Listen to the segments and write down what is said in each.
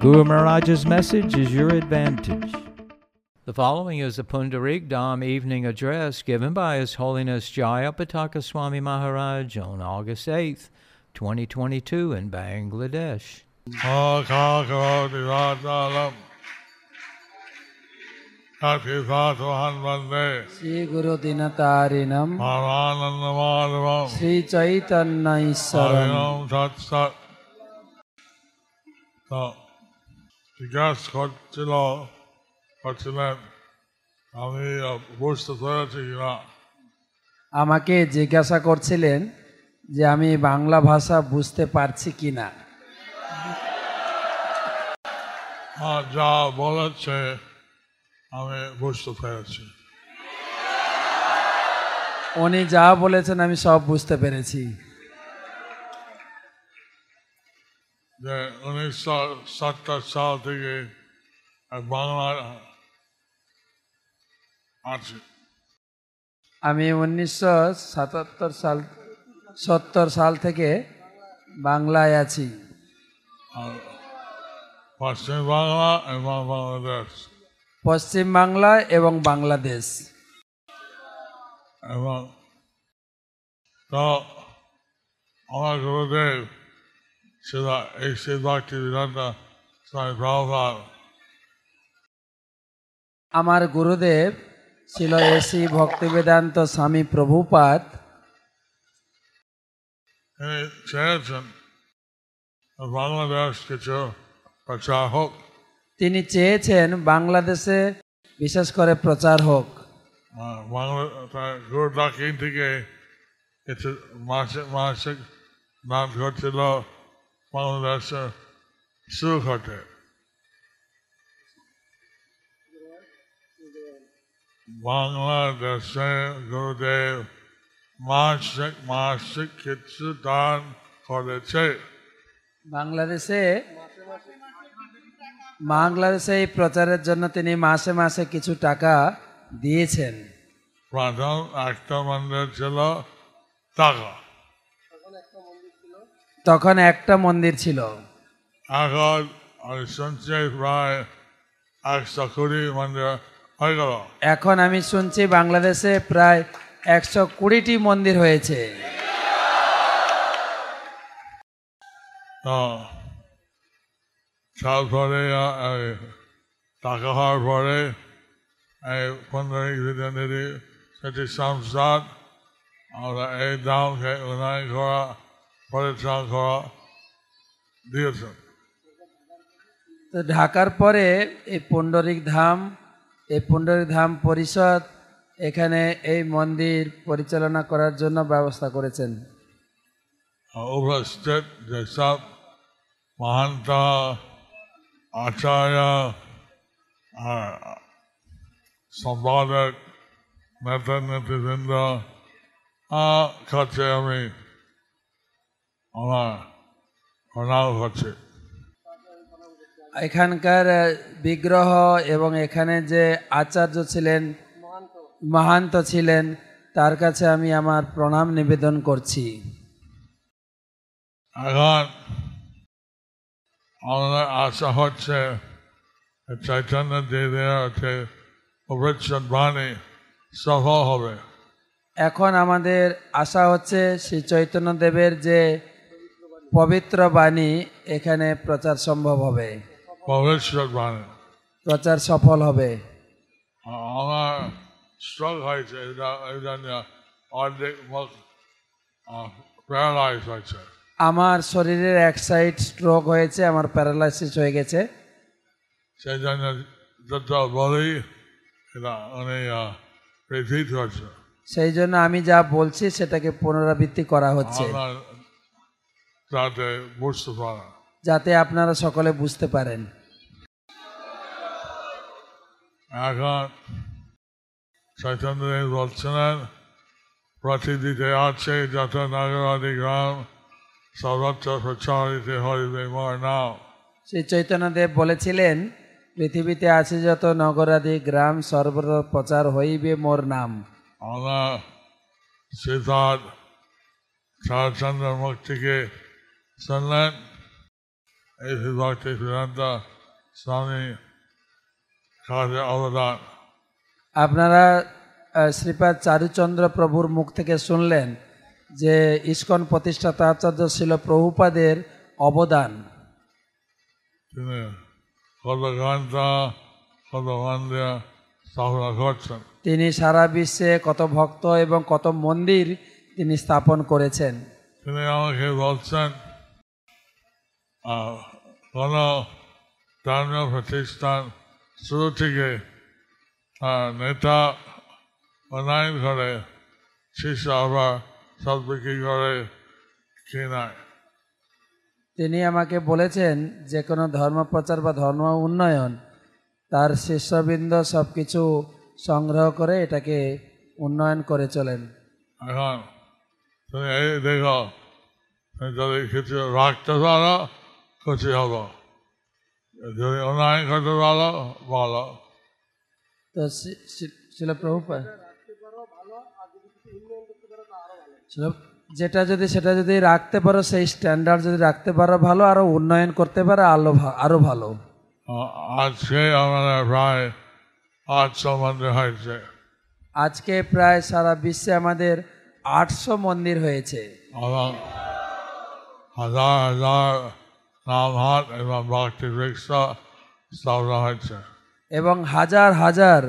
Guru Maharaj's message is your advantage. The following is a Pundarik Dham evening address given by His Holiness Jaya Pataka Swami Maharaj on August 8th, 2022 in Bangladesh. ஆகாகோதிராஜாலம் சாட்சிசாசுவன் வந்தே श्रीगुरुदिनतारिणम् பரமானந்தமாதவம் श्रीचैतन्यैश्वरम् ஹரிணம் சத் சத் তো জিজ্ঞাস করছিল করছিলেন আমি বুঝতে পেরেছি কিনা আমাকে জিজ্ঞাসা করছিলেন যে আমি বাংলা ভাষা বুঝতে পারছি কিনা আর যা বলেছে আমি বুঝতে পেরেছি উনি যা বলেছেন আমি সব বুঝতে পেরেছি যে উনিশশো সত্তর সাল থেকে বাংলা আছে আমি উনিশশো সাতাত্তর সাল সত্তর সাল থেকে বাংলায় আছি পশ্চিম বাংলা এবং বাংলাদেশ পশ্চিম বাংলা এবং বাংলাদেশ এবং তো আমার গুরুদেব সেবা এই সেবাটি বিধানটা স্বামী প্রভাব আমার গুরুদেব ছিল এসি ভক্তিবেদান্ত স্বামী প্রভুপাত তিনি চেয়েছেন বাংলাদেশ কিছু প্রচার হোক তিনি চেয়েছেন বাংলাদেশে বিশেষ করে প্রচার হোক আহ, বাংলা তার গুরুদা কিন থেকে কিছু মাসিক মাসিক নাম ঘটছিল বাংলাদেশে শুরু ঘটে বাংলাদেশে গুরুদেব মাসিক মাসিক কিছু দান করেছে বাংলাদেশে বাংলাদেশে এই প্রচারের জন্য তিনি মাসে মাসে কিছু টাকা দিয়েছেন প্রথম একটা মন্দির ছিল টাকা তখন একটা মন্দির ছিল এখন আমি শুনছি প্রায় একশো কুড়ি মন্দির হয়ে গেল এখন আমি শুনছি বাংলাদেশে প্রায় একশো কুড়িটি মন্দির হয়েছে তো তারপরে এই টাকা হওয়ার পরে এই পনেরো দিনের দিদি সেটি সংসার আমরা এই দামকে উন্নয়ন করা পরিশ্রম করা দিয়েছেন তো ঢাকার পরে এই পুণ্ডরিক ধাম এই পুণ্ডরিক ধাম পরিষদ এখানে এই মন্দির পরিচালনা করার জন্য ব্যবস্থা করেছেন ওভার স্টেট যেসব মহান্তা আচার্য আর সম্পাদক নেতা নেতৃবৃন্দ আহ, কাছে আমি আমার প্রণাম করছি এখানকার আহ, বিগ্রহ এবং এখানে যে আচার্য ছিলেন মহান্ত ছিলেন তার কাছে আমি আমার প্রণাম নিবেদন করছি এখন আমাদের আশা হচ্ছে E চৈতন্য দেবের হচ্ছে অবৃচ্ছদ বাণী সফল হবে এখন আমাদের আশা হচ্ছে শ্রী চৈতন্যদেবের যে পবিত্র বাণী এখানে প্রচার সম্ভব হবে অবৃচ্ছদ বাণী প্রচার সফল হবে আমার স্ট্রোক হয়েছে এটা এটা নিয়ে অর্ধেক মুখ ah, প্যারালাইজ হয়েছে আমার শরীরের এক সাইড স্ট্রোক হয়েছে আমার প্যারালাইসিস হয়ে গেছে সেই জন্য যত বলি এটা অনেক রিপিট হচ্ছে সেই জন্য আমি যা বলছি সেটাকে পুনরাবৃত্তি করা হচ্ছে আমার তাতে বুঝতে পারা যাতে আপনারা সকলে বুঝতে পারেন এখন চৈতন্যদেব বলছিলেন প্রতিদিতে আছে যত নগরাদি গ্রাম সর্বত্র প্রচারিত হরিবে মোর নাম শ্রী চৈতন্যদেব বলেছিলেন পৃথিবীতে আছে যত নগরাদি গ্রাম সর্বত্র প্রচার হইবে মোর নাম আমরা শ্রীধর শরৎচন্দ্র মুক্তিকে শুনলেন এই বিভক্তি সিদ্ধান্ত স্বামী কাজে অবদান আপনারা আহ, শ্রীপাদ চারুচন্দ্র প্রভুর মুখ থেকে শুনলেন যে ইস্কন প্রতিষ্ঠাতা আচার্য ছিল প্রভুপাদের অবদান তিনি কত ঘন্টা কত মন্দির স্থাপনা করছেন তিনি সারা বিশ্বে কত ভক্ত এবং কত মন্দির তিনি স্থাপন করেছেন তিনি আমাকে বলছেন আহ, কোনো ধর্মীয় প্রতিষ্ঠান শুরু থেকে তার নেতা অনায়ন করে শিষ্য আবার সব বিক্রি করে কি নাই তিনি আমাকে বলেছেন যে কোনো ধর্ম প্রচার বা ধর্ম উন্নয়ন তার শিষ্যবৃন্দ সব কিছু সংগ্রহ করে এটাকে উন্নয়ন করে চলেন এখন তুমি এই দেখো তুমি যদি কিছু রাখতে পারো খুশি হবো যদি অনায়ন করতে পারো ভালো তো শি- শি- শিল প্রভুপাদ শিল- যেটা যদি সেটা যদি রাখতে পারো সেই স্ট্যান্ডার্ড যদি রাখতে পারো ভালো আরো উন্নয়ন করতে পারো আলো ভা- আরো ভালো আ- আজকে আমাদের প্রায় আটশো মন্দির হয়েছে আজকে প্রায় সারা বিশ্বে আমাদের আটশো মন্দির হয়েছে এবং হাজার হাজার নামহাট এবং ভক্তি রিক্সা স্থাপনা হয়েছে এবং হাজার হাজার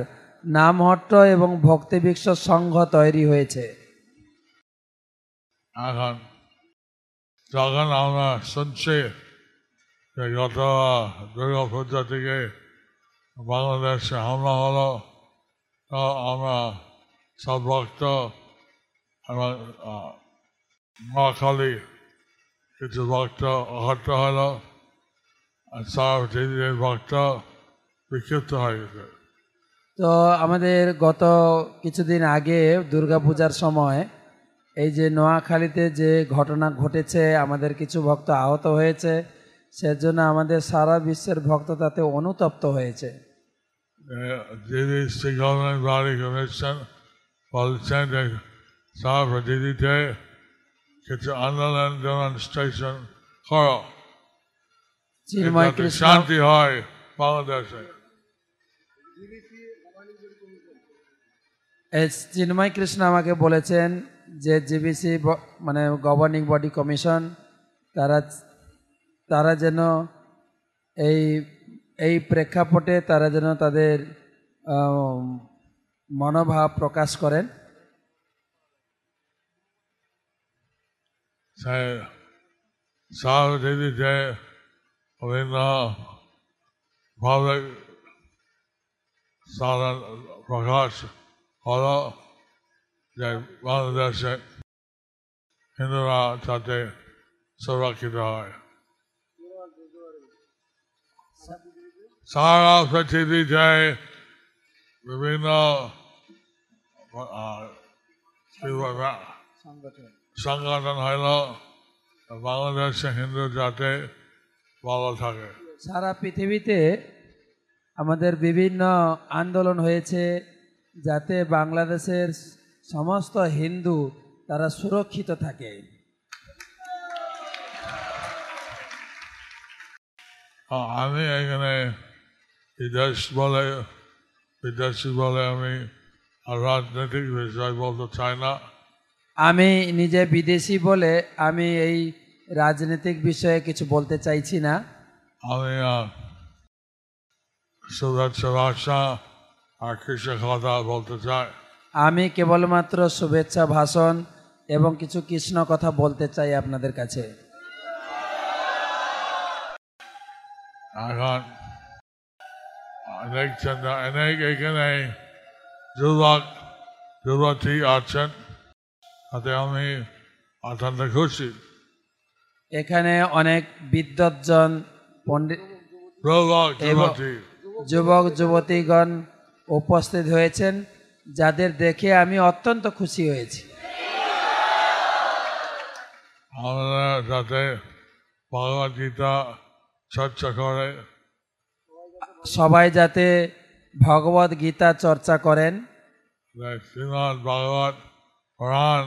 নামহট্ট এবং ভক্তিবিক্ষ সংঘ তৈরি হয়েছে এখন যখন আমরা শুনছি যে গত দুর্গা পূজা থেকে বাংলাদেশে হামলা হলো তো আমরা সব ভক্ত এবং আহ, মহাখালী কিছু ভক্ত আহত হলো আর সব দিদির ভক্ত বিক্ষিপ্ত হয়ে গেছে তো আমাদের গত কিছুদিন আগে দুর্গাপূজার সময় এই যে নোয়াখালীতে যে ঘটনা ঘটেছে আমাদের কিছু ভক্ত আহত হয়েছে সেজন্য আমাদের সারা বিশ্বের ভক্ত তাতে অনুতপ্ত হয়েছে দিদি শ্রী গভর্নমেন্ট বাড়ি কমিশন বলছেন যে সারা দিদিতে কিছু আন্দোলন ডেমনস্ট্রেশন করো চিন্ময় যাতে কৃষ্ণ শান্তি হয় বাংলাদেশে এ, চিন্ময় কৃষ্ণ আমাকে বলেছেন যে জিবিসি মানে গভর্নিং বডি কমিশন তারা তারা যেন এই এই প্রেক্ষাপটে তারা যেন তাদের আম, মনোভাব প্রকাশ করেন সে সারা দিদিতে বিভিন্ন ভাবে সারা প্রকাশ হলো যে বাংলাদেশে হিন্দুরা যাতে সুরক্ষিত হয় সারা পৃথিবীতে বিভিন্ন আহ, কি বলবো, সংগঠন হইল বাংলাদেশে হিন্দু জাতি ভালো থাকে সারা পৃথিবীতে আমাদের বিভিন্ন আন্দোলন হয়েছে যাতে বাংলাদেশের সমস্ত হিন্দু তারা সুরক্ষিত থাকে আর আমি এখানে বিদেশ বলে বিদেশি বলে আমি আর রাজনৈতিক বিষয় বলতে চাই না আমি নিজে বিদেশি বলে আমি এই রাজনৈতিক বিষয়ে কিছু বলতে চাইছি না আমি আর শুভেচ্ছা ভাষা আর কৃষক কথা বলতে চাই আমি কেবলমাত্র শুভেচ্ছা ভাষণ এবং কিছু কৃষ্ণ কথা বলতে চাই আপনাদের কাছে এখন দেখছেন না অনেক এখানে যুবক যুবতী আছেন তাতে আমি অত্যন্ত খুশি এখানে অনেক বিদ্বৎজন পণ্ডিত যুবক এবং যুবতী যুবক যুবতীগণ উপস্থিত হয়েছেন যাদের দেখে আমি অত্যন্ত খুশি হয়েছি আমরা যাতে ভগবদ গীতা চর্চা করে সবাই যাতে ভগবত গীতা চর্চা করেন শ্রীমদ ভগবত পুরাণ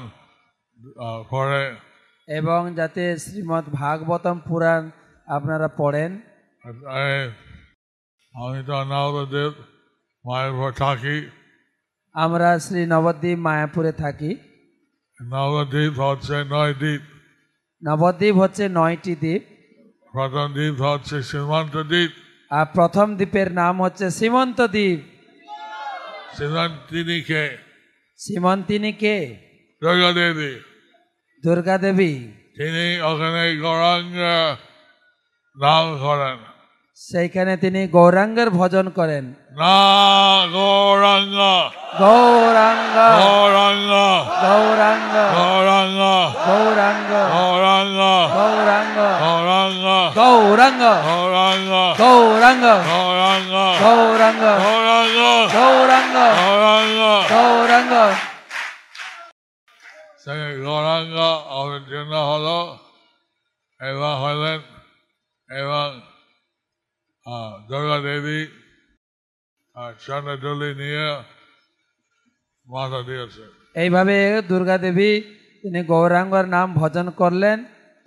আহ, পড়ে এবং যাতে শ্রীমদ্ ভাগবতম পুরাণ আপনারা পড়েন এই আমি তো অনাবদেব মায়ের পর থাকি আমরা শ্রী নবদ্বীপ মায়াপুরে থাকি নবদ্বীপ হচ্ছে নয় দ্বীপ নবদ্বীপ হচ্ছে নয়টি দ্বীপ প্রথম দ্বীপ হচ্ছে সীমান্ত দ্বীপ আর প্রথম দ্বীপের নাম হচ্ছে সীমন্ত দ্বীপ সীমান্ত তিনিকে সীমন্তিনী কে দুর্গা দেবী দুর্গা দেবী তিনি ওখানে গৌরাঙ্গ নাম করেন সেইখানে তিনি গৌরাঙ্গের ভজন করেন না গৌরাঙ্গ গৌরাঙ্গ গৌরাঙ্গ গৌরাঙ্গ গৌরাঙ্গ গৌরাঙ্গ গৌরাঙ্গ গৌরাঙ্গ গৌরাঙ্গ গৌরাঙ্গ গৌরাঙ্গ গৌরাঙ্গ গৌরাঙ্গ গৌরাঙ্গ গৌরাঙ্গ গৌরাঙ্গ গৌরাঙ্গ গৌরাঙ্গ সেই গৌরাঙ্গ অবতীর্ণ হল এবং হলেন এবং আহ, দুর্গা দেবী আর চন্দ্রদুলি নিয়ে মাথা দিয়েছে এইভাবে দুর্গা দেবী তিনি গৌরাঙ্গর নাম ভজন করলেন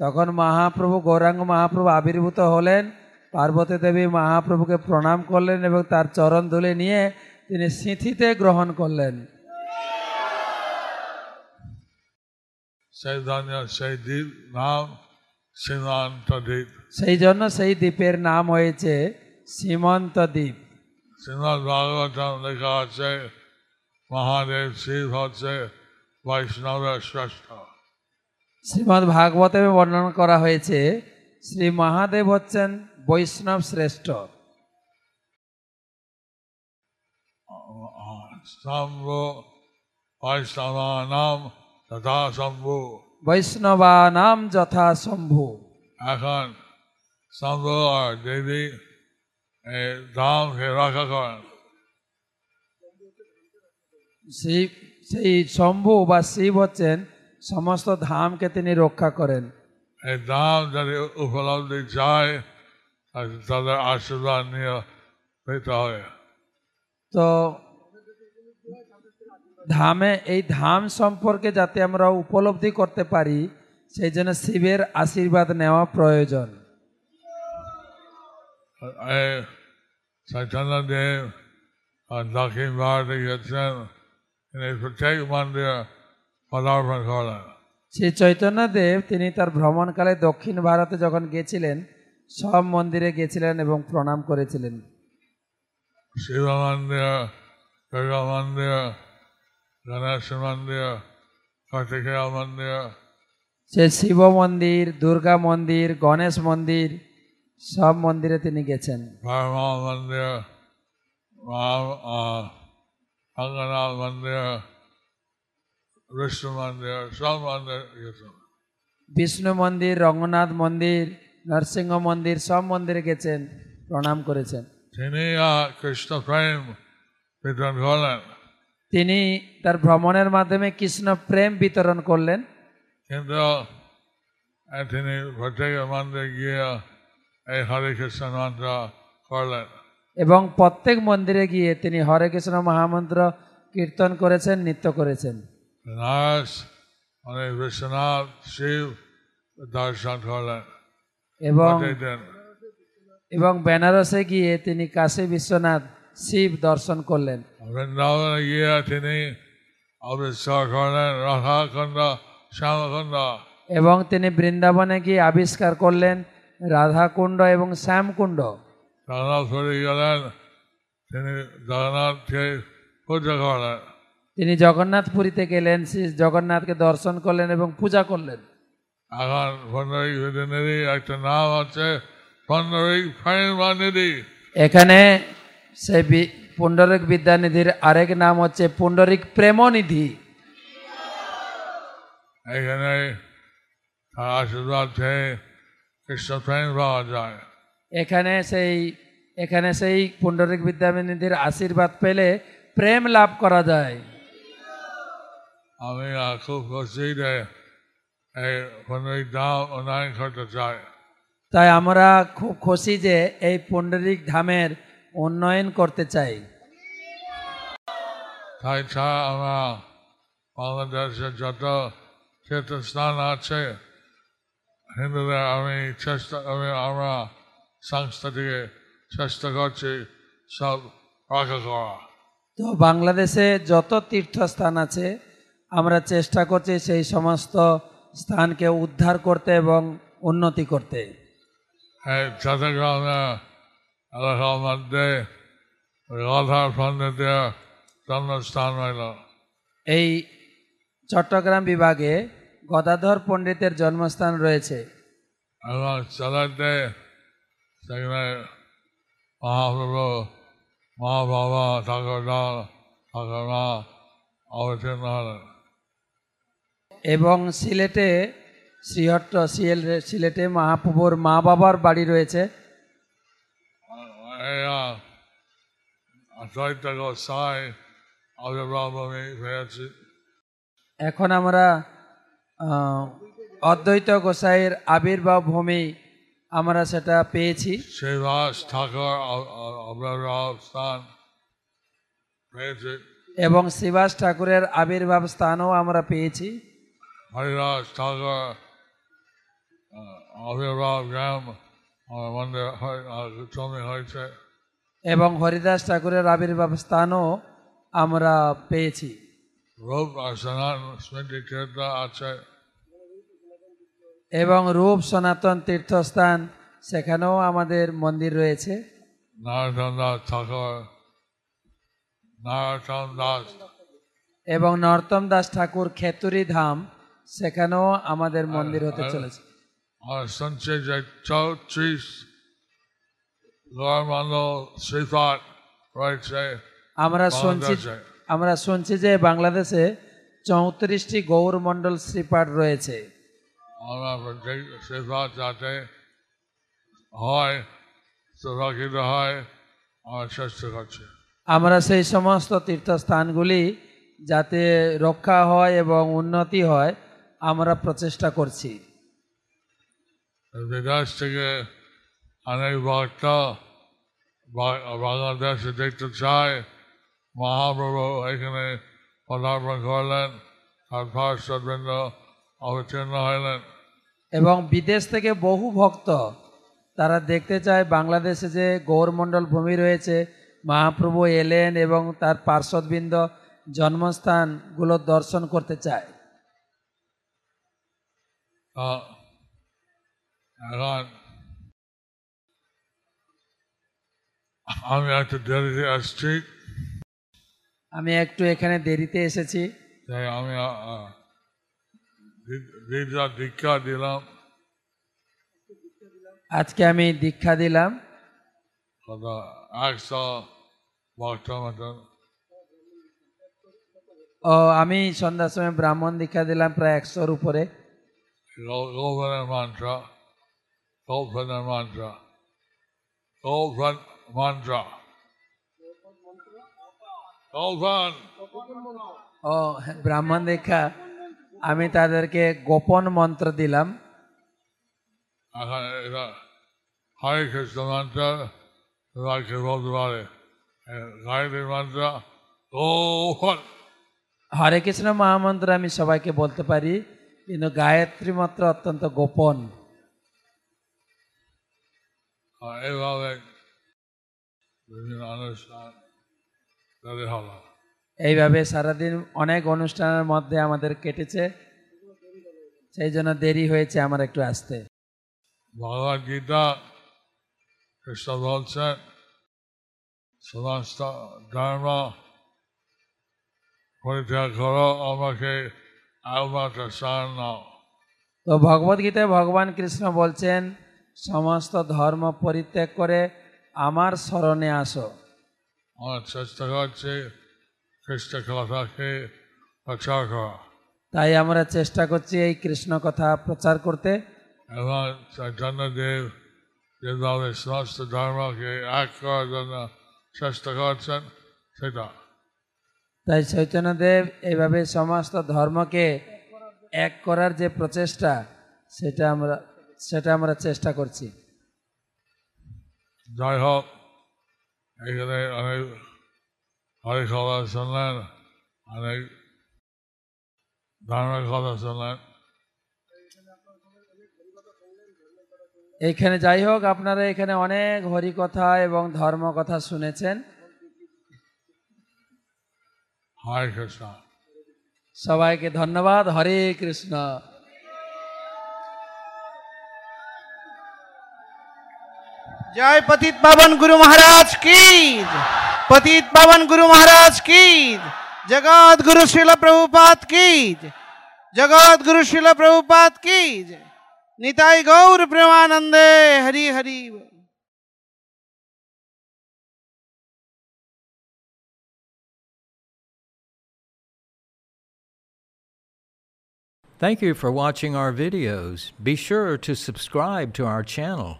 তখন মহাপ্রভু গৌরাঙ্গ মহাপ্রভু আবির্ভূত হলেন পার্বতী দেবী মহাপ্রভুকে প্রণাম করলেন এবং তার চরণ ধুলে নিয়ে তিনি সিঁথিতে গ্রহণ করলেন সেই ধন্য সেই দ্বীপ নাম সীমান্ত দ্বীপ সেই জন্য সেই দ্বীপের নাম হয়েছে সীমন্ত দ্বীপ শ্রীমদ ভাগবতম লেখা আছে মহাদেব শিব হচ্ছে বৈষ্ণবের শ্রেষ্ঠ শ্রীমদ ভাগবতমে বর্ণনা করা হয়েছে শ্রী মহাদেব হচ্ছেন বৈষ্ণব শ্রেষ্ঠ স্তম্ভ বৈষ্ণবানাম তথা শম্ভু বৈষ্ণবা নাম যথা শম্ভু এখন স্তম্ভ আর দেবী এই ধামকে রক্ষা করেন সেই সেই শম্ভু বা শিব হচ্ছেন সমস্ত ধামকে তিনি রক্ষা করেন এই ধাম যদি উপলব্ধি চায় তাহলে তাদের আশীর্বাদ নিয়ে পেতে হবে তো ধামে এই ধাম সম্পর্কে যাতে আমরা উপলব্ধি করতে পারি সেই জন্য শিবের আশীর্বাদ নেওয়া প্রয়োজন এই চৈতন্যদেব আর দক্ষিণ ভারতে গেছেন তিনি প্রত্যেক মন্দিরে পদার্পণ করেন শ্রী চৈতন্যদেব তিনি তার ভ্রমণকালে দক্ষিণ ভারতে যখন গেছিলেন সব মন্দিরে গেছিলেন এবং প্রণাম করেছিলেন শিব মন্দির দুর্গা মন্দির গণেশ মন্দির কার্তিকেয় মন্দির সে শিব মন্দির দুর্গা মন্দির গণেশ মন্দির সব মন্দিরে তিনি গেছেন ব্রহ্মা মন্দির রাম uh, অঙ্গনাথ মন্দির বিষ্ণু মন্দির সব মন্দির গেছেন বিষ্ণু মন্দির রঙ্গনাথ মন্দির নরসিংহ মন্দির সব মন্দিরে গেছেন প্রণাম করেছেন তিনি আর কৃষ্ণ প্রেম বিতরণ করলেন তিনি তার ভ্রমণের মাধ্যমে কৃষ্ণ প্রেম বিতরণ করলেন কিন্তু আহ, তিনি প্রত্যেক মন্দির গিয়ে এই হরে কৃষ্ণ মন্ত্র করলেন এবং প্রত্যেক মন্দিরে গিয়ে তিনি হরে কৃষ্ণ মহামন্ত্র কীর্তন করেছেন নৃত্য করেছেন নাস অনেক বিশ্বনাথ শিব দর্শন করলেন এবং প্রতিদিন এবং বেনারসে গিয়ে তিনি কাশী বিশ্বনাথ শিব দর্শন করলেন বৃন্দাবনে গিয়ে তিনি অবিষ্কার করলেন রাধাকুণ্ড শ্যামকুণ্ড এবং তিনি বৃন্দাবনে গিয়ে আবিষ্কার করলেন রাধাকুণ্ড এবং শ্যামকুণ্ড জগন্নাথপুরী গেলেন তিনি জগন্নাথকে পুজো করলেন তিনি জগন্নাথ পুরীতে গেলেন শ্রী জগন্নাথকে দর্শন করলেন এবং পূজা করলেন এখন পণ্ডরী বিদিনেরই একটা নাম আছে পণ্ডরী ফাইন মানিদি এখানে সেই বি- পুণ্ডরিক বিদ্যানিধির আরেক নাম হচ্ছে পুণ্ডরিক প্রেমনিধি এখানে তার আশীর্বাদ পেয়ে কৃষ্ণ প্রেম পাওয়া যায় এখানে সেই এখানে সেই পুণ্ডরিক বিদ্যামিনীদের আশীর্বাদ পেলে প্রেম লাভ করা যায় আমি আহ, খুব খুশি যে এই পনেরোই দাম অনলাইন করতে চাই তাই আমরা খুব খুশি যে এই পুণ্ডরিক ধামের উন্নয়ন করতে চাই তাই ছাড়া আমরা বাংলাদেশের যত তীর্থস্থান আছে হিন্দুদের আমি চেষ্টা আমি আমরা সংস্থা থেকে চেষ্টা করছি সব রক্ষা করা তো বাংলাদেশে যত তীর্থস্থান আছে আমরা চেষ্টা করছি সেই সমস্ত স্থানকে উদ্ধার করতে এবং উন্নতি করতে এই চট্টগ্রামে এলাকার মধ্যে রাধার পণ্ডিতের জন্মস্থান হইল এই চট্টগ্রাম বিভাগে গদাধর পণ্ডিতের জন্মস্থান রয়েছে এবং চলাতে সেখানে মহাপ্রভু মা বাবা ঠাকুর ঠাকুর মা অবতীর্ণ হলেন এবং সিলেটে শ্রীহট্ট সিএল সিলেটে মহাপ্রভুর মা বাবার বাড়ি রয়েছে এরা চৈত্য গোসাই আবির্ভাব ভূমি পেয়েছি এখন আমরা আহ, অদ্বৈত গোসাইয়ের আবির্ভাব ভূমি আমরা সেটা পেয়েছি শ্রীবাস ঠাকুর আবির্ভাব স্থান পেয়েছি এবং শিবাস ঠাকুরের আবির্ভাব স্থানও আমরা পেয়েছি হরিদাস ঠাকুর uh, আবির্ভাব গ্রাম আমার মন্দির uh, জমি হয়েছে এবং হরিদাস ঠাকুরের আবির্ভাব স্থানও আমরা পেয়েছি রূপ আসনান স্মৃতি ক্ষেত্র আছে এবং রূপ সনাতন তীর্থস্থান সেখানেও আমাদের মন্দির রয়েছে নারায়ণ দাস ঠাকুর নারায়ণ দাস এবং নর্তম দাস ঠাকুর খেতুরি ধাম সেখানেও আমাদের মন্দির হতে চলেছে আর শুনছে যে চৌত্রিশ গড়মন্ডল শ্রীপাঠ রয়েছে আমরা শুনছি বাংলাদেশে। আমরা শুনছি যে বাংলাদেশে চৌত্রিশটি গৌরমণ্ডল শ্রীপাঠ রয়েছে আমরা প্রত্যেক শ্রীপাঠ যাতে হয় সুরক্ষিত হয় আমার চেষ্টা করছে আমরা সেই সমস্ত তীর্থস্থানগুলি যাতে রক্ষা হয় এবং উন্নতি হয় আমরা প্রচেষ্টা করছি বিদেশ থেকে অনেক ভক্ত বা- বাংলাদেশে দেখতে চায় মহাপ্রভু এখানে পদার্পণ করলেন আর ভাষ্যবৃন্দ অবতীর্ণ হলেন এবং বিদেশ থেকে বহু ভক্ত তারা দেখতে চায় বাংলাদেশে যে গৌরমণ্ডল ভূমি রয়েছে মহাপ্রভু এলেন এবং তার পার্শ্বদবৃন্দ জন্মস্থানগুলো দর্শন করতে চায় তা এখন আমি একটু দেরিতে আসছি আমি একটু এখানে দেরিতে এসেছি তাই আমি আ- আ- দি- দীক্ষা দীক্ষা দিলাম আজকে আমি দীক্ষা দিলাম কত একশো ভক্তের মতন ও আমি সন্ধ্যার সময় ব্রাহ্মণ দীক্ষা দিলাম প্রায় একশোর উপরে Go, go for the mantra. Go for the mantra. Go for the mantra. Go for ও ব্রাহ্মণ দীক্ষা আমি তাদেরকে গোপন মন্ত্র দিলাম এখন এটা হরে কৃষ্ণ মন্ত্র রাখে বলতে পারে গায়ত্রী মন্ত্র গো ফল হরে কৃষ্ণ মহামন্ত্র আমি সবাইকে বলতে পারি কিন্তু গায়ত্রী মন্ত্র অত্যন্ত গোপন এইভাবে বিভিন্ন অনুষ্ঠান তাদের হলো এইভাবে সারাদিন অনেক অনুষ্ঠানের মধ্যে আমাদের কেটেছে সেই জন্য দেরি হয়েছে আমার একটু আসতে Bhagavad Gita, Krishna Bhagavad সমস্ত ধর্ম পরিত্যাগ করো আমাকে একমাত্র স্থান নাও তো ভগবদ্গীতায় ভগবান কৃষ্ণ বলছেন সমস্ত ধর্ম পরিত্যাগ করে আমার স্মরণে আসো আমার চেষ্টা করছি খ্রিস্ট কথাকে প্রচার করা তাই আমরা E চেষ্টা করছি এই কৃষ্ণ কথা প্রচার করতে এবং চৈতন্যদেব যে দলে সমস্ত ধর্মকে এক করার জন্য চেষ্টা করছেন সেটা তাই চৈতন্যদেব এইভাবে সমস্ত ধর্মকে এক করার যে প্রচেষ্টা সেটা আমরা সেটা আমরা চেষ্টা করছি যাই হোক এখানে অনেক হরে কথা শুনলেন অনেক ধর্মের কথা শুনলেন এইখানে যাই হোক আপনারা এখানে অনেক হরিকথা এবং ধর্ম কথা শুনেছেন হরে কৃষ্ণ সবাইকে ধন্যবাদ হরে কৃষ্ণ जय पतित पावन गुरु महाराज की पतित पावन गुरु महाराज की जगत गुरु शिल प्रभुपाद की जगत गुरु शिल प्रभुपाद की निताई गौर प्रेमानंदे हरि हरि बोल। Thank you for watching our videos. Be sure to subscribe to our channel.